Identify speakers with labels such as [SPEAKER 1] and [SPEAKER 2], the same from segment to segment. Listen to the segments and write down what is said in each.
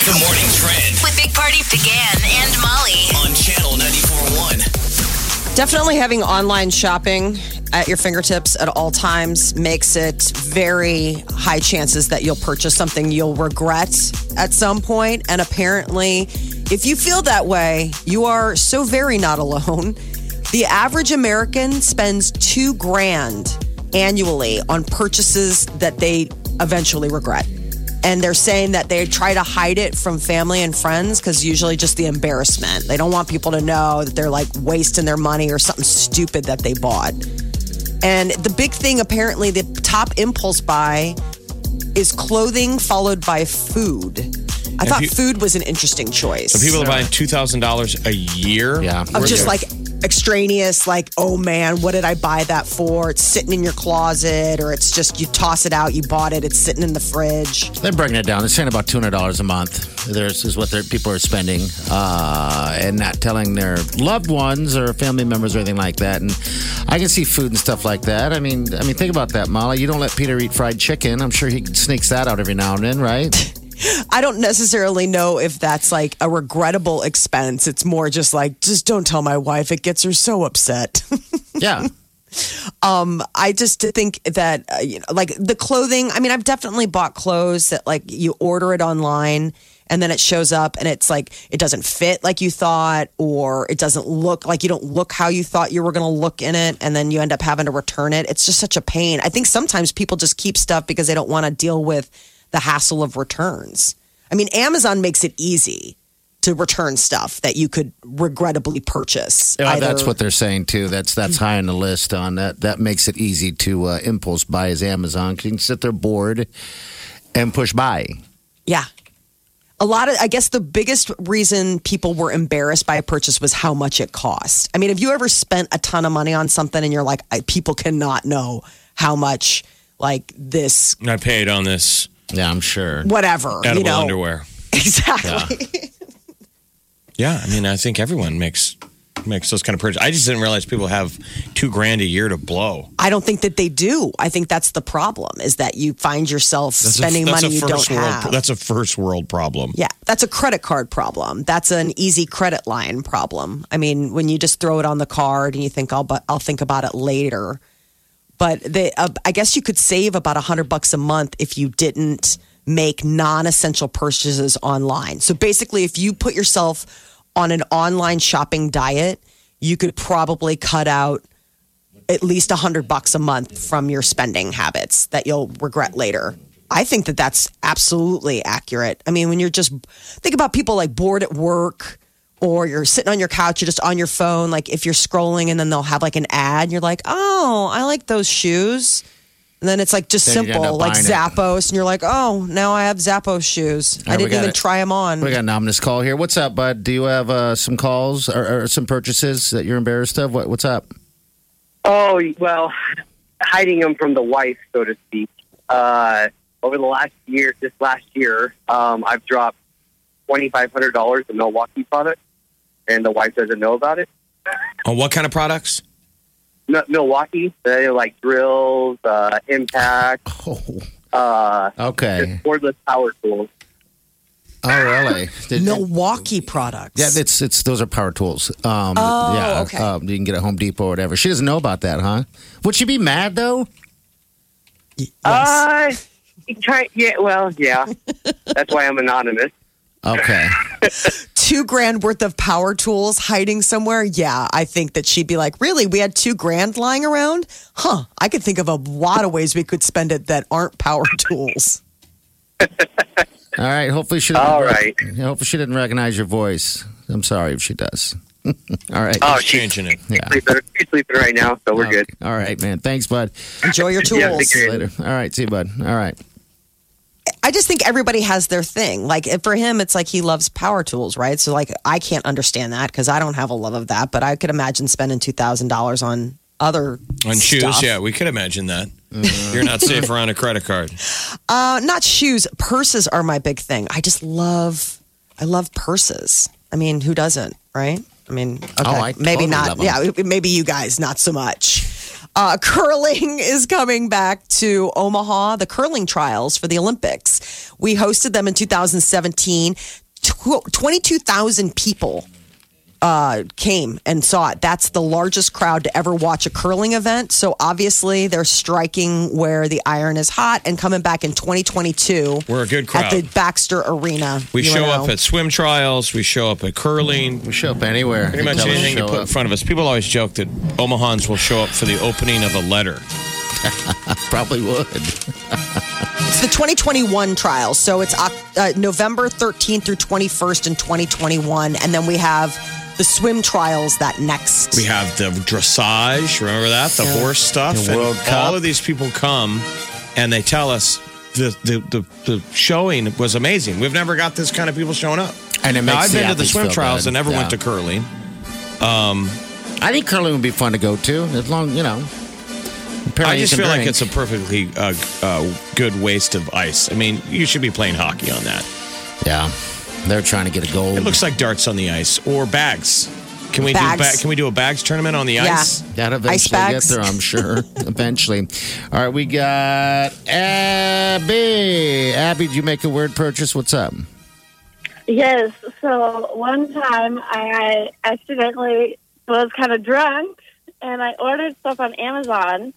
[SPEAKER 1] The morning trend
[SPEAKER 2] with Big Party began and Molly.
[SPEAKER 1] on channel 94.1.
[SPEAKER 3] Definitely having online shopping at your fingertips at all times makes it very high chances that you'll purchase something you'll regret at some point. And apparently, if you feel that way, you are so very not alone. The average American spends two grand annually on purchases that they eventually regret and they're saying that they try to hide it from family and friends because usually just the embarrassment. They don't want people to know that they're like wasting their money or something stupid that they bought. And the big thing, apparently, the top impulse buy is clothing followed by food. I thought
[SPEAKER 4] you-
[SPEAKER 3] food was an interesting choice
[SPEAKER 4] People are buying two thousand dollars a year.
[SPEAKER 5] Yeah.
[SPEAKER 3] of
[SPEAKER 4] worth
[SPEAKER 3] just
[SPEAKER 4] of-
[SPEAKER 3] like extraneous, like, oh man, what did I buy that for? It's sitting in your closet, or it's just you toss it out, you bought it, it's sitting in the fridge.
[SPEAKER 5] They're breaking it down. They're saying about two hundred dollars a month. There's is what their people are spending, uh, and not telling their loved ones or family members or anything like that. And I can see food and stuff like that. I mean, I mean, think about that, Molly. You don't let Peter eat fried chicken. I'm sure he sneaks that out every now and then, right?
[SPEAKER 3] I don't necessarily know if that's like a regrettable expense. It's more just like, just don't tell my wife. It gets her so upset.
[SPEAKER 5] yeah.
[SPEAKER 3] I just think that, uh, you know, like the clothing, I mean, I've definitely bought clothes that like you order it online and then it shows up and it's like, it doesn't fit like you thought, or it doesn't look like you don't look how you thought you were going to look in it. And then you end up having to return it. It's just such a pain. I think sometimes people just keep stuff because they don't want to deal with the hassle of returns. I mean, Amazon makes it easy to return stuff that you could regrettably purchase.
[SPEAKER 5] Yeah,
[SPEAKER 3] either-
[SPEAKER 5] that's what they're saying too. That's that's high on the list. On that, that makes it easy to uh, impulse buy as Amazon. 'Cause You can sit there bored and push buy.
[SPEAKER 3] Yeah. A lot of, I guess the biggest reason people were embarrassed by a purchase was how much it cost. I mean, have you ever spent a ton of money on something and you're like, I, people cannot know how much, like this,
[SPEAKER 4] I paid on this
[SPEAKER 5] Yeah, I'm sure.
[SPEAKER 3] whatever,
[SPEAKER 4] edible
[SPEAKER 3] you know?
[SPEAKER 4] underwear.
[SPEAKER 3] Exactly.
[SPEAKER 4] Yeah, I mean, I think everyone makes makes those kind of purchases. I just didn't realize people have two grand a year to blow.
[SPEAKER 3] I don't think that they do. I think that's the problem is that you find yourself spending
[SPEAKER 4] that's
[SPEAKER 3] money you don't
[SPEAKER 4] first world.
[SPEAKER 3] have.
[SPEAKER 4] That's a first world problem.
[SPEAKER 3] Yeah, that's a credit card problem. That's an easy credit line problem. I mean, when you just throw it on the card and you think I'll but I'll think about it later. But they, uh, I guess you could save about a hundred bucks a month if you didn't make non-essential purchases online. So basically, if you put yourself on an online shopping diet, you could probably cut out at least a hundred bucks a month from your spending habits that you'll regret later. I think that that's absolutely accurate. I mean, when you're just think about people like bored at work or you're sitting on your couch, you're just on your phone. Like if you're scrolling and then they'll have like an ad, and you're like, oh, I like those shoes. And then it's like just
[SPEAKER 5] Then you end
[SPEAKER 3] simple,
[SPEAKER 5] up
[SPEAKER 3] like
[SPEAKER 5] buying it.
[SPEAKER 3] Zappos, and you're like, oh, now I have Zappos shoes. I
[SPEAKER 5] All right,
[SPEAKER 3] didn't
[SPEAKER 5] we got
[SPEAKER 3] even
[SPEAKER 5] it.
[SPEAKER 3] try them on.
[SPEAKER 5] We got an ominous call here. What's up, bud? Do you have uh, some calls or, or some purchases that you're embarrassed of? What, what's up?
[SPEAKER 6] Oh well, hiding them from the wife, so to speak. Uh, over the last year, this last year, um, I've dropped twenty five hundred dollars in Milwaukee product, and the wife doesn't know about it.
[SPEAKER 4] On what kind of products?
[SPEAKER 6] M- Milwaukee, they're like drills, uh, impact,
[SPEAKER 5] Oh,
[SPEAKER 6] uh,
[SPEAKER 5] okay.
[SPEAKER 6] just cordless power tools.
[SPEAKER 5] Oh, really? Did-
[SPEAKER 3] Milwaukee products.
[SPEAKER 5] Yeah, it's it's those are power tools. Um,
[SPEAKER 3] Oh,
[SPEAKER 5] yeah,
[SPEAKER 3] okay.
[SPEAKER 5] um, you can get at Home Depot or whatever. She doesn't know about that, huh? Would she be mad though?
[SPEAKER 3] Yes.
[SPEAKER 6] Uh, you try, yeah, well, yeah. That's why I'm anonymous.
[SPEAKER 5] Okay.
[SPEAKER 3] two grand worth of power tools hiding somewhere, yeah, I think that she'd be like, really? We had two grand lying around? Huh. I could think of a lot of ways we could spend it that aren't power tools.
[SPEAKER 5] All right. Hopefully she. Didn't
[SPEAKER 6] All right.
[SPEAKER 5] Hopefully she didn't recognize your voice. I'm sorry if she does. All right.
[SPEAKER 6] Oh,
[SPEAKER 4] Just
[SPEAKER 6] she's
[SPEAKER 4] changing it.
[SPEAKER 5] yeah.
[SPEAKER 6] sleeping, she's sleeping right now, so we're good.
[SPEAKER 5] All right, man. Thanks, bud.
[SPEAKER 3] Enjoy your
[SPEAKER 6] Yeah, I think
[SPEAKER 3] tools.
[SPEAKER 6] you're-
[SPEAKER 5] Later. All right. See you, bud. All right.
[SPEAKER 3] I just think everybody has their thing. Like if- for him, it's like he loves power tools, right? So like I can't understand that because I don't have a love of that. But I could imagine spending two thousand dollars on other
[SPEAKER 4] On shoes,
[SPEAKER 3] stuff.
[SPEAKER 4] yeah, we could imagine that. You're not safe around a credit card.
[SPEAKER 3] Uh, not shoes, purses are my big thing. I just love, I love purses. I mean, who doesn't, right? I mean, okay,
[SPEAKER 5] Oh, I
[SPEAKER 3] maybe
[SPEAKER 5] totally
[SPEAKER 3] not.
[SPEAKER 5] love 'em.
[SPEAKER 3] Yeah, maybe you guys not so much. Uh, curling is coming back to Omaha. The curling trials for the Olympics. We hosted them in 2017. Tw- 22,000 people uh, came and saw it. That's the largest crowd to ever watch a curling event. So obviously they're striking where the iron is hot and coming back in 2022.
[SPEAKER 4] We're a good
[SPEAKER 3] At the
[SPEAKER 4] crowd.
[SPEAKER 3] Baxter Arena.
[SPEAKER 4] We show
[SPEAKER 3] UNO.
[SPEAKER 4] up at swim trials. We show up at curling.
[SPEAKER 5] We show up anywhere.
[SPEAKER 4] Pretty much
[SPEAKER 5] Tell us to
[SPEAKER 4] anything you
[SPEAKER 5] show
[SPEAKER 4] put in
[SPEAKER 5] up.
[SPEAKER 4] front of us. People always joke that Omahans will show up for the opening of a letter.
[SPEAKER 5] Probably would.
[SPEAKER 3] It's the 2021 trials. So it's Oc- uh, November 13th through 21st in 2021. And then we have the swim trials that next.
[SPEAKER 4] We have the dressage. Remember that the horse stuff.
[SPEAKER 5] The
[SPEAKER 4] And
[SPEAKER 5] World
[SPEAKER 4] All
[SPEAKER 5] Cup.
[SPEAKER 4] of these people come, and they tell us the the, the the showing was amazing. We've never got this kind of people showing up.
[SPEAKER 5] And it
[SPEAKER 4] Now
[SPEAKER 5] makes
[SPEAKER 4] I've
[SPEAKER 5] the
[SPEAKER 4] been to the
[SPEAKER 5] athletes
[SPEAKER 4] swim
[SPEAKER 5] feel
[SPEAKER 4] trials
[SPEAKER 5] good.
[SPEAKER 4] and never went
[SPEAKER 5] Yeah.
[SPEAKER 4] to curling.
[SPEAKER 5] I think curling would be fun to go to, as long you know. Apparently,
[SPEAKER 4] I
[SPEAKER 5] you
[SPEAKER 4] just
[SPEAKER 5] can
[SPEAKER 4] feel like
[SPEAKER 5] drink.
[SPEAKER 4] it's a perfectly uh, uh, good waste of ice. I mean, you should be playing hockey on that.
[SPEAKER 5] yeah. They're trying to get a goal.
[SPEAKER 4] It looks like darts on the ice or bags. Can we do
[SPEAKER 3] Bags.
[SPEAKER 4] ba- can we do a bags tournament on the
[SPEAKER 3] Yeah.
[SPEAKER 4] ice?
[SPEAKER 5] That
[SPEAKER 3] Ice
[SPEAKER 5] eventually get
[SPEAKER 3] bags.
[SPEAKER 5] there, I'm sure. eventually. All right, we got Abby. Abby, did you make a word purchase? What's up?
[SPEAKER 7] Yes. So one time I accidentally was kind of drunk and I ordered stuff on Amazon.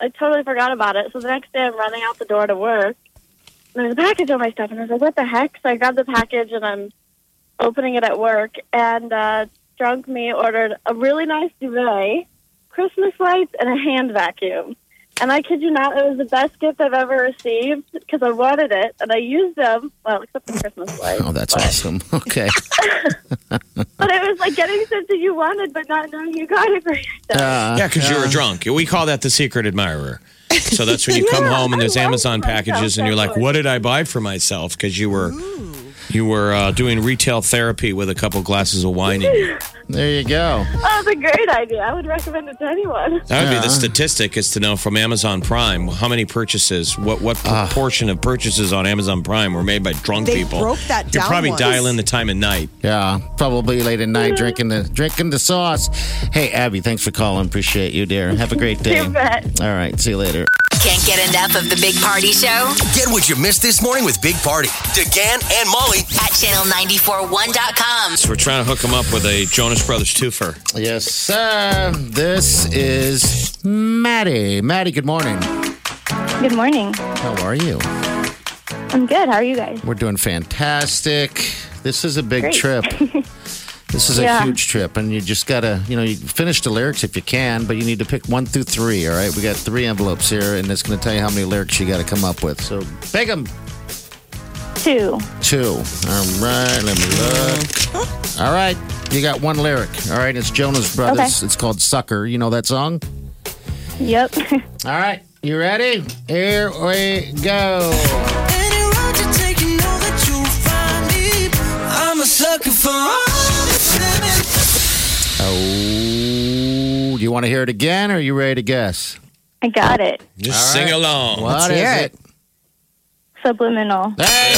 [SPEAKER 7] I totally forgot about it. So the next day I'm running out the door to work. And there's a package on my stuff. And I was like, what the heck? So I grabbed the package and I'm opening it at work. And uh, drunk me ordered a really nice duvet, Christmas lights, and a hand vacuum. And I kid you not, it was the best gift I've ever received because I wanted it and I used them. Well, except for Christmas lights.
[SPEAKER 5] Oh, that's awesome. Okay.
[SPEAKER 7] But it was like getting something you wanted, but not knowing you got it for yourself.
[SPEAKER 5] Uh,
[SPEAKER 4] Yeah, because you were drunk. We call that the secret admirer. So that's when you come
[SPEAKER 7] Yeah,
[SPEAKER 4] home and there's
[SPEAKER 7] I love
[SPEAKER 4] Amazon
[SPEAKER 7] myself
[SPEAKER 4] packages, and you're like,
[SPEAKER 7] that
[SPEAKER 4] "What did I buy for myself?" Because you were you were uh, doing retail therapy with a couple glasses of wine. In you.
[SPEAKER 5] there you go.
[SPEAKER 7] Oh, that's a great idea. I would recommend it to anyone.
[SPEAKER 4] That would be the
[SPEAKER 5] Yeah.
[SPEAKER 4] statistic is to know from Amazon Prime how many purchases, what what proportion of purchases on Amazon Prime were made by drunk
[SPEAKER 3] They
[SPEAKER 4] people.
[SPEAKER 3] broke that
[SPEAKER 4] You're
[SPEAKER 3] down
[SPEAKER 4] probably
[SPEAKER 3] once.
[SPEAKER 4] dialing the time of night.
[SPEAKER 5] Yeah, probably late at night drinking the drinking the sauce. Hey, Abby, thanks for calling. Appreciate you, dear. Have a great day.
[SPEAKER 7] You bet.
[SPEAKER 5] All right, see you later.
[SPEAKER 2] Can't get enough of the Big Party Show
[SPEAKER 1] Get what you missed this morning with Big Party. DeGan and Molly
[SPEAKER 2] at channel941.com.
[SPEAKER 4] So we're trying to hook them up with a Jonas Brothers twofer.
[SPEAKER 5] Yes, sir. This is Maddie. Maddie, good morning.
[SPEAKER 7] Good morning.
[SPEAKER 5] How are you?
[SPEAKER 7] I'm good. How are you guys?
[SPEAKER 5] We're doing fantastic. This is a big trip. This is a
[SPEAKER 7] Yeah.
[SPEAKER 5] huge trip, and you just gotta, you know, you finish the lyrics if you can, but you need to pick one through three. All right, we got three envelopes here, and it's gonna tell you how many lyrics you gotta come up with. So pick 'em.
[SPEAKER 7] Two.
[SPEAKER 5] two. All right, let me look. All right, you got one lyric. All right, it's Jonas Brothers. It's called Sucker. You know that song?
[SPEAKER 7] Yep.
[SPEAKER 5] All right, you ready? Here we go. Oh, do you want to hear it again or are you ready to guess?
[SPEAKER 7] I got it.
[SPEAKER 4] Just
[SPEAKER 5] All
[SPEAKER 4] sing
[SPEAKER 5] right.
[SPEAKER 4] along.
[SPEAKER 5] What is
[SPEAKER 3] hear
[SPEAKER 5] it?
[SPEAKER 7] Subliminal.
[SPEAKER 5] Hey,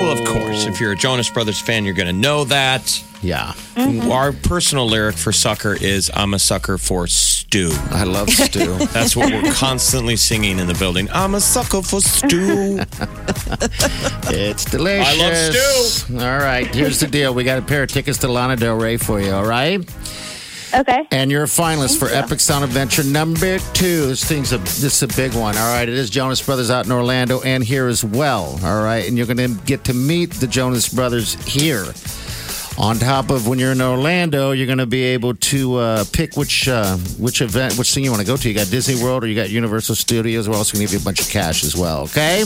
[SPEAKER 4] Well, of course, if you're a Jonas Brothers fan, you're going to know that.
[SPEAKER 5] Yeah,
[SPEAKER 4] Our personal lyric for sucker is I'm a sucker for stew.
[SPEAKER 5] I love stew.
[SPEAKER 4] That's what we're constantly singing in the building. I'm a sucker for stew.
[SPEAKER 5] It's delicious.
[SPEAKER 4] I love stew.
[SPEAKER 5] All right, here's the deal. We got a pair of tickets to Lana Del Rey for you, all right?
[SPEAKER 7] Okay.
[SPEAKER 5] And you're a finalist for Epic Sound Adventure number two. This thing's a this is a big one. All right, it is Jonas Brothers out in Orlando and here as well. All right, and you're going to get to meet the Jonas Brothers here. On top of when you're in Orlando, you're going to be able to uh, pick which uh, which event, which thing you want to go to. You got Disney World or you got Universal Studios. We're also going to give you a bunch of cash as well. Okay.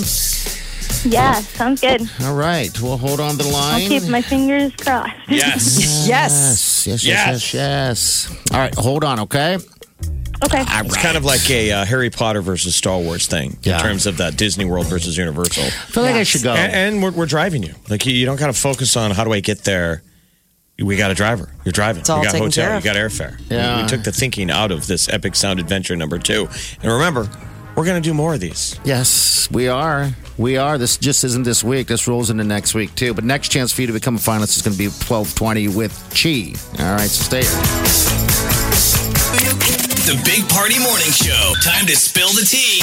[SPEAKER 7] Yeah, sounds good.
[SPEAKER 5] All right. Well, hold on the
[SPEAKER 7] I'll
[SPEAKER 5] line.
[SPEAKER 7] keep my fingers crossed.
[SPEAKER 4] yes.
[SPEAKER 3] yes.
[SPEAKER 5] Yes, yes, yes, yes, yes. All right, hold on, okay?
[SPEAKER 7] Okay.
[SPEAKER 4] It's kind of like a uh, Harry Potter versus Star Wars thing
[SPEAKER 5] Yeah.
[SPEAKER 4] in terms of that Disney World versus Universal.
[SPEAKER 5] I feel like I should go.
[SPEAKER 4] And, and we're, we're driving you. Like you, you don't got to focus on how do I get there. We got a driver. You're driving.
[SPEAKER 3] all
[SPEAKER 4] we got
[SPEAKER 3] taken
[SPEAKER 4] hotel.
[SPEAKER 3] care
[SPEAKER 4] You
[SPEAKER 3] of.
[SPEAKER 4] got airfare. We- We,
[SPEAKER 5] Yeah.
[SPEAKER 4] took the thinking out of this epic sound adventure number two. And remember, we're going to do more of these.
[SPEAKER 5] Yes, we are. We are. This just isn't this week. This rolls into next week too. But next chance for you to become a finalist is going to be twelve twenty with Chi. All right, so stay here.
[SPEAKER 1] The Big Party Morning Show. Time to spill the tea.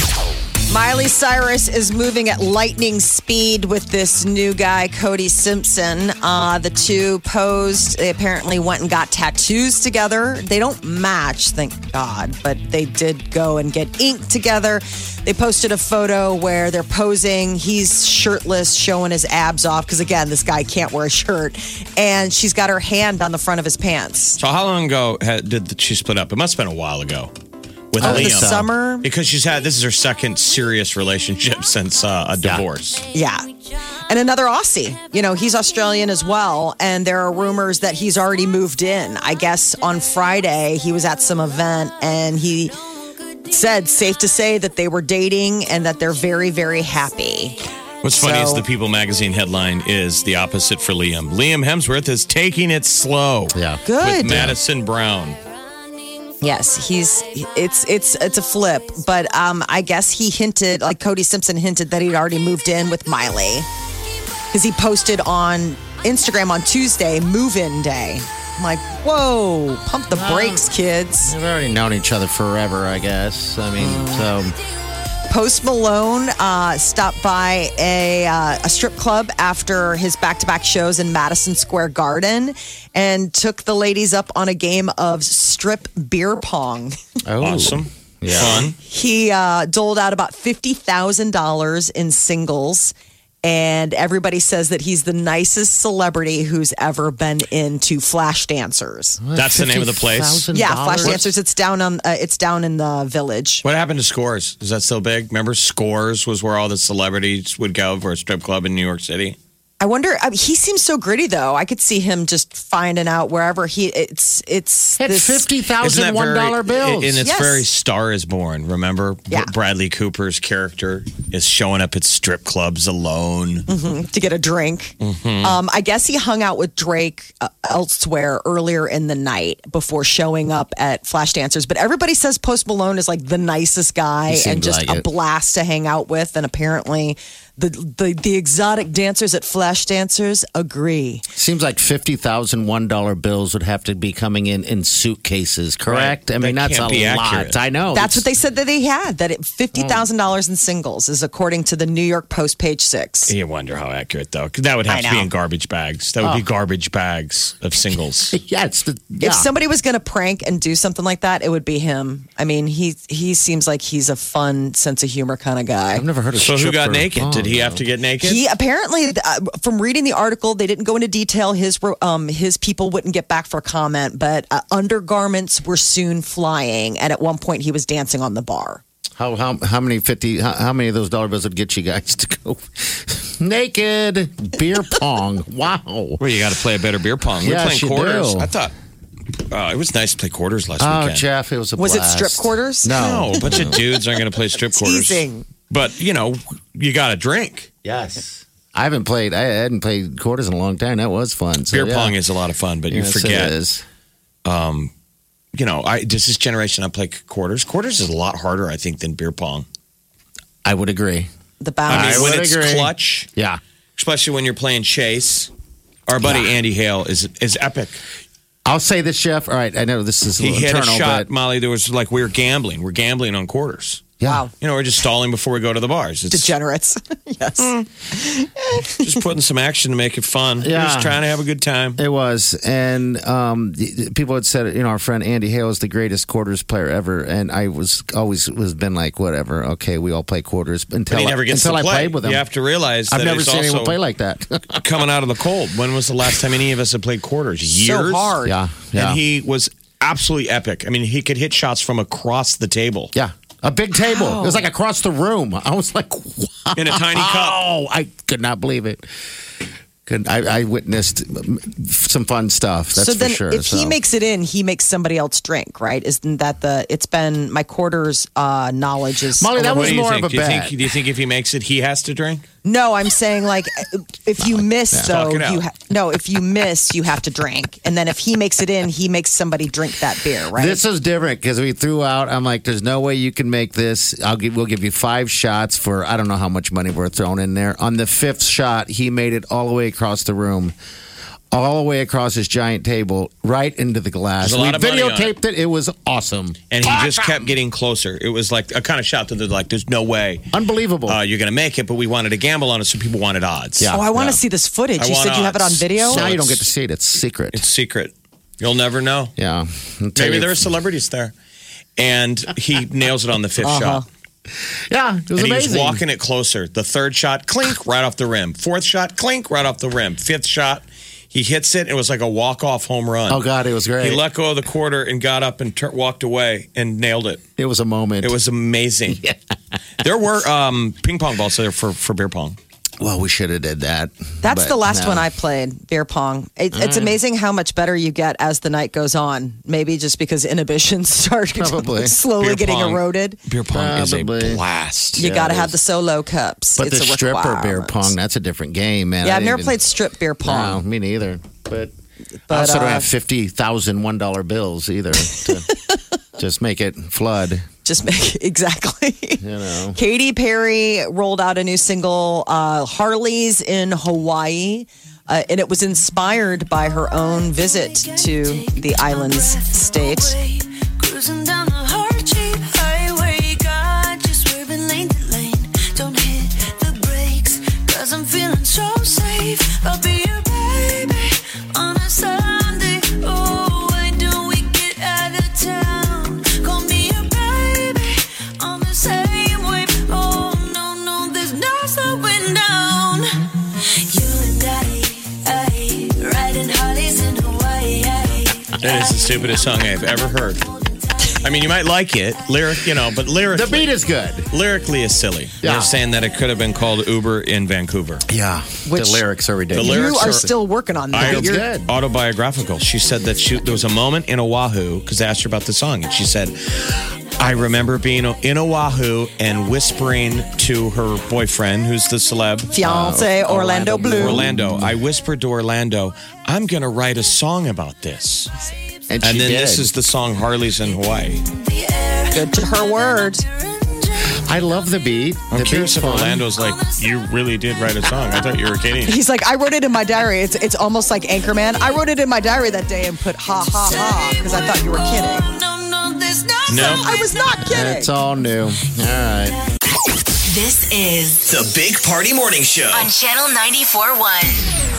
[SPEAKER 3] Miley Cyrus is moving at lightning speed with this new guy, Cody Simpson. Uh, the two posed. They apparently went and got tattoos together. They don't match, thank God, but they did go and get ink together. They posted a photo where they're posing. He's shirtless, showing his abs off, because again, this guy can't wear a shirt. And she's got her hand on the front of his pants.
[SPEAKER 4] So how long ago had, did the, she split up? It must have been a while ago. With
[SPEAKER 3] Over Oh, the
[SPEAKER 4] Liam.
[SPEAKER 3] summer?
[SPEAKER 4] Because she's had, this is her second serious relationship since uh, a divorce.
[SPEAKER 3] Yeah. And another Aussie. You know, he's Australian as well. And there are rumors that he's already moved in. I guess on Friday, he was at some event and he said, safe to say, that they were dating and that they're very, very happy.
[SPEAKER 4] What's funny is
[SPEAKER 3] So-
[SPEAKER 4] the People magazine headline is the opposite for Liam. Liam Hemsworth is taking it slow.
[SPEAKER 5] Yeah.
[SPEAKER 3] Good.
[SPEAKER 4] With Madison Brown.
[SPEAKER 3] Yes, he's it's it's it's a flip, but um I guess he hinted like Cody Simpson hinted that he'd already moved in with Miley. Cuz he posted on Instagram on Tuesday, move-in day. I'm like, "Whoa, pump the brakes, kids."
[SPEAKER 5] We've already known each other forever, I guess. I mean, so
[SPEAKER 3] Post Malone uh, stopped by a, uh, a strip club after his back to back shows in Madison Square Garden and took the ladies up on a game of strip beer pong.
[SPEAKER 5] oh.
[SPEAKER 4] Awesome.
[SPEAKER 5] Yeah.
[SPEAKER 4] Fun.
[SPEAKER 3] He uh, doled out about $50,000 in singles. And everybody says that he's the nicest celebrity who's ever been into flash dancers.
[SPEAKER 4] That's the name of the place.
[SPEAKER 5] $50,000?
[SPEAKER 3] Yeah, flash dancers. It's down on. Uh, it's down in the village.
[SPEAKER 4] What happened to Scores? Is that still big? Remember, Scores was where all the celebrities would go for a strip club in New York City.
[SPEAKER 3] I wonder. I mean, he seems so gritty, though. I could see him just finding out wherever he. It's it's
[SPEAKER 5] Hit
[SPEAKER 3] this-
[SPEAKER 5] fifty
[SPEAKER 4] Isn't
[SPEAKER 5] thousand
[SPEAKER 4] that
[SPEAKER 5] one
[SPEAKER 4] very-
[SPEAKER 5] dollar bills.
[SPEAKER 4] And it's
[SPEAKER 3] Yes.
[SPEAKER 4] very Star is Born. Remember,
[SPEAKER 3] Yeah.
[SPEAKER 4] Bradley Cooper's character is showing up at strip clubs alone.
[SPEAKER 3] to get a drink.
[SPEAKER 5] Mm-hmm.
[SPEAKER 3] Um, I guess he hung out with Drake uh, elsewhere earlier in the night before showing up at Flashdance. But everybody says Post Malone is like the nicest guy
[SPEAKER 5] He
[SPEAKER 3] and
[SPEAKER 5] seems
[SPEAKER 3] just
[SPEAKER 5] like
[SPEAKER 3] a
[SPEAKER 5] it.
[SPEAKER 3] blast to hang out with. And apparently, the the, the exotic dancers at Flashdance agree.
[SPEAKER 5] Seems like fifty thousand one dollar bills would have to be coming in in suitcases, correct?
[SPEAKER 4] Right.
[SPEAKER 5] I mean,
[SPEAKER 4] That
[SPEAKER 5] that's a
[SPEAKER 4] can't be
[SPEAKER 5] lot.
[SPEAKER 4] accurate.
[SPEAKER 5] I know.
[SPEAKER 3] That's what
[SPEAKER 5] It's-
[SPEAKER 3] they said that they had. That it, fifty thousand dollars in singles is according to the New York Post, page six.
[SPEAKER 4] You wonder how accurate though. 'cause That would have to be in garbage bags. That would
[SPEAKER 5] Oh.
[SPEAKER 4] be garbage bags of singles.
[SPEAKER 5] Yeah, it's the yeah.
[SPEAKER 3] If somebody was going to prank and do something like that, it would be him. I mean, he he seems like he's a fun sense of humor kind of guy.
[SPEAKER 5] I've never heard of
[SPEAKER 4] so who got
[SPEAKER 5] stripper.
[SPEAKER 4] naked?
[SPEAKER 5] Oh,
[SPEAKER 4] Did he
[SPEAKER 5] no.
[SPEAKER 4] have to get naked?
[SPEAKER 3] He apparently, uh, from reading the article, they didn't go into detail. His um, his people wouldn't get back for comment, but uh, undergarments were soon flying, and at one point he was dancing on the bar.
[SPEAKER 5] How how how many fifty? How, how many of those dollar bills would get you guys to go naked beer pong? wow.
[SPEAKER 4] well, you got to play a better beer pong.
[SPEAKER 5] Yes,
[SPEAKER 4] We're playing
[SPEAKER 5] you
[SPEAKER 4] quarters.
[SPEAKER 5] do.
[SPEAKER 4] I thought uh, it was nice to play quarters last
[SPEAKER 5] Oh,
[SPEAKER 4] weekend.
[SPEAKER 5] Jeff, it was a
[SPEAKER 3] Was it
[SPEAKER 5] blast.
[SPEAKER 3] strip quarters?
[SPEAKER 5] No.
[SPEAKER 4] No, a bunch of dudes aren't going to play strip quarters.
[SPEAKER 3] Teasing.
[SPEAKER 4] But you know, you got to drink.
[SPEAKER 5] Yes. I haven't played. I hadn't played quarters in a long time. That was fun. So,
[SPEAKER 4] Beer
[SPEAKER 5] yeah.
[SPEAKER 4] pong is a lot of fun, but you
[SPEAKER 5] Yes, it
[SPEAKER 4] forget.
[SPEAKER 5] is.
[SPEAKER 4] You know, I just this generation I play quarters. Quarters is a lot harder, I think, than beer pong.
[SPEAKER 5] I would agree.
[SPEAKER 3] The
[SPEAKER 4] I
[SPEAKER 3] bounce.
[SPEAKER 4] mean,
[SPEAKER 5] I
[SPEAKER 4] when
[SPEAKER 5] would
[SPEAKER 4] it's
[SPEAKER 5] agree.
[SPEAKER 4] clutch,
[SPEAKER 5] Yeah.
[SPEAKER 4] especially when you're playing chase. Our buddy Andy Hale is is epic.
[SPEAKER 5] I'll say this, Jeff. All right. I know this is a
[SPEAKER 4] He
[SPEAKER 5] little
[SPEAKER 4] hit a
[SPEAKER 5] internal,
[SPEAKER 4] shot,
[SPEAKER 5] but
[SPEAKER 4] Molly. There was like we were gambling. We're gambling on quarters.
[SPEAKER 5] yeah.
[SPEAKER 3] Wow.
[SPEAKER 4] You know, we're just stalling before we go to the bars. It's
[SPEAKER 3] Degenerates. yes.
[SPEAKER 4] just putting some action to make it fun. We're
[SPEAKER 5] Yeah.
[SPEAKER 4] just trying to have a good time.
[SPEAKER 5] It was, and um, y- y- people had said, you know, our friend Andy Hale is the greatest quarters player ever, and I was always was been like, whatever, okay, we all play quarters until
[SPEAKER 4] But he never gets
[SPEAKER 5] until
[SPEAKER 4] to
[SPEAKER 5] I
[SPEAKER 4] play.
[SPEAKER 5] played with him.
[SPEAKER 4] You have to realize
[SPEAKER 5] I've
[SPEAKER 4] that
[SPEAKER 5] never
[SPEAKER 4] it's
[SPEAKER 5] seen anyone
[SPEAKER 4] also
[SPEAKER 5] play like that.
[SPEAKER 4] coming out of the cold. When was the last time any of us had played quarters? Years.
[SPEAKER 3] So hard.
[SPEAKER 5] yeah, yeah,
[SPEAKER 4] And he was absolutely epic. I mean, he could hit shots from across the table
[SPEAKER 5] yeah, a big table. It was like across the room. I was like, wow,
[SPEAKER 4] in a tiny cup.
[SPEAKER 5] I could not believe it. Good. I, I witnessed um, some fun stuff. That's
[SPEAKER 3] so then,
[SPEAKER 5] for sure.
[SPEAKER 3] if he
[SPEAKER 5] so.
[SPEAKER 3] makes it in, he makes somebody else drink, right? Isn't that the? It's been my quarters uh, knowledge is
[SPEAKER 5] Molly, that
[SPEAKER 4] What
[SPEAKER 5] was
[SPEAKER 4] do you
[SPEAKER 5] more
[SPEAKER 4] think?
[SPEAKER 5] of a
[SPEAKER 4] do you
[SPEAKER 5] bet.
[SPEAKER 4] think? Do you think if he makes it, he has to drink?
[SPEAKER 3] No, I'm saying like if you miss,
[SPEAKER 4] Talk
[SPEAKER 3] so
[SPEAKER 4] it out.
[SPEAKER 3] you ha- no, if you miss, you have to drink, and then if he makes it in, he makes somebody drink that beer, right?
[SPEAKER 5] This is different because we threw out. I'm like, there's no way you can make this. I'll give, we'll give you five shots for I don't know how much money we're throwing in there. On the fifth shot, he made it all the way across the room, all the way across his giant table, right into the glass.
[SPEAKER 4] There's a
[SPEAKER 5] We
[SPEAKER 4] lot of money on
[SPEAKER 5] videotaped it. It was awesome,
[SPEAKER 4] And he just kept getting closer. It was like a kind of shot that they're like, "There's no way
[SPEAKER 5] unbelievable.
[SPEAKER 4] uh, you're going to make it," but we wanted to gamble on it, so people wanted odds.
[SPEAKER 5] Yeah.
[SPEAKER 3] oh, I want to
[SPEAKER 5] yeah.
[SPEAKER 3] see this footage.
[SPEAKER 4] I
[SPEAKER 3] you said
[SPEAKER 4] wanna-
[SPEAKER 3] you have it on video.
[SPEAKER 4] So-
[SPEAKER 5] now you don't get to see it. It's secret.
[SPEAKER 4] it's secret. You'll never know.
[SPEAKER 5] yeah,
[SPEAKER 4] Maybe there are celebrities there. And he nails it on the 5th shot.
[SPEAKER 5] Yeah, it was
[SPEAKER 4] And
[SPEAKER 5] Uh-huh. amazing.
[SPEAKER 4] he's walking it closer. The third shot, clink, right off the rim. Fourth shot, clink, right off the rim. Fifth shot, he hits it. It was like a walk off home run.
[SPEAKER 5] Oh God, it was great.
[SPEAKER 4] He let go of the quarter and got up and tur walked away and nailed it.
[SPEAKER 5] it was a moment.
[SPEAKER 4] It was amazing. There were um, ping pong balls there for, for beer pong.
[SPEAKER 5] Well, we should have did that.
[SPEAKER 3] That's
[SPEAKER 5] but
[SPEAKER 3] the last
[SPEAKER 5] no.
[SPEAKER 3] one I played, beer pong. It, it's
[SPEAKER 4] Mm.
[SPEAKER 3] amazing how much better you get as the night goes on. Maybe just because inhibitions start
[SPEAKER 5] Probably.
[SPEAKER 3] slowly
[SPEAKER 4] Beer
[SPEAKER 3] getting
[SPEAKER 4] pong.
[SPEAKER 3] eroded.
[SPEAKER 4] Beer pong is
[SPEAKER 5] Probably.
[SPEAKER 4] a blast.
[SPEAKER 3] You
[SPEAKER 5] Yeah,
[SPEAKER 3] got to
[SPEAKER 5] it
[SPEAKER 3] have
[SPEAKER 5] is.
[SPEAKER 3] the solo cups.
[SPEAKER 5] But
[SPEAKER 3] it's
[SPEAKER 5] the
[SPEAKER 3] a
[SPEAKER 5] stripper beer
[SPEAKER 3] requirement.
[SPEAKER 5] pong, that's a different game, man.
[SPEAKER 3] Yeah,
[SPEAKER 5] I
[SPEAKER 3] I've
[SPEAKER 5] didn't
[SPEAKER 3] never
[SPEAKER 5] even-
[SPEAKER 3] played strip beer pong.
[SPEAKER 5] No, me neither. But, I
[SPEAKER 3] But,
[SPEAKER 5] also don't
[SPEAKER 3] uh,
[SPEAKER 5] have 50,000 $1 bills either to just make it flood.
[SPEAKER 3] Just make exactly.
[SPEAKER 5] You know,
[SPEAKER 3] Katy Perry rolled out a new single, uh, Harley's in Hawaii, uh, and it was inspired by her own visit to the island's state.
[SPEAKER 8] Cruising down the Harchi Highway, God just swerving lane to lane. Don't hit the brakes, cause I'm feeling so safe. I'll be your baby on a Sunday. Oh, why don't we get out of town? Call me your baby on the same wave. Oh, no, no, there's no slowing down. You and I, I riding Harleys in Hawaii.
[SPEAKER 4] That is the stupidest song I've ever heard. I mean, you might like it, lyric, you know, but
[SPEAKER 5] the
[SPEAKER 4] lyrically,
[SPEAKER 5] beat is good.
[SPEAKER 4] lyrically is silly.
[SPEAKER 5] Yeah.
[SPEAKER 4] They're saying that it could have been called Uber in Vancouver.
[SPEAKER 5] Yeah.
[SPEAKER 3] Which-
[SPEAKER 5] the lyrics are ridiculous.
[SPEAKER 4] The lyrics
[SPEAKER 3] you are,
[SPEAKER 4] are-
[SPEAKER 3] still working on that.
[SPEAKER 5] It's
[SPEAKER 4] Your
[SPEAKER 5] good.
[SPEAKER 4] Autobiographical. She said that she, there was a moment in Oahu because I asked her about the song, and she said, "I remember being in Oahu and whispering to her boyfriend, who's the celeb,
[SPEAKER 3] Fiance Orlando,
[SPEAKER 5] Oh, Orlando
[SPEAKER 3] Bloom.
[SPEAKER 4] Orlando. I whispered to Orlando, I'm going to write a song about this,
[SPEAKER 5] and,
[SPEAKER 4] and
[SPEAKER 5] she
[SPEAKER 4] then
[SPEAKER 5] did.
[SPEAKER 4] this is the song Harley's in Hawaii.
[SPEAKER 3] Good to her word.
[SPEAKER 5] I love the beat.
[SPEAKER 4] I'm
[SPEAKER 5] the
[SPEAKER 4] curious
[SPEAKER 5] beat's
[SPEAKER 4] if
[SPEAKER 5] fun.
[SPEAKER 4] Orlando's like, you really did write a song. I thought you were kidding.
[SPEAKER 3] He's like, I wrote it in my diary. It's it's almost like Anchorman. I wrote it in my diary that day and put ha ha ha because I thought you were kidding.
[SPEAKER 4] No.
[SPEAKER 3] I was not kidding.
[SPEAKER 5] It's all new. All right.
[SPEAKER 2] This is
[SPEAKER 1] The Big Party Morning Show.
[SPEAKER 2] on Channel 94.1.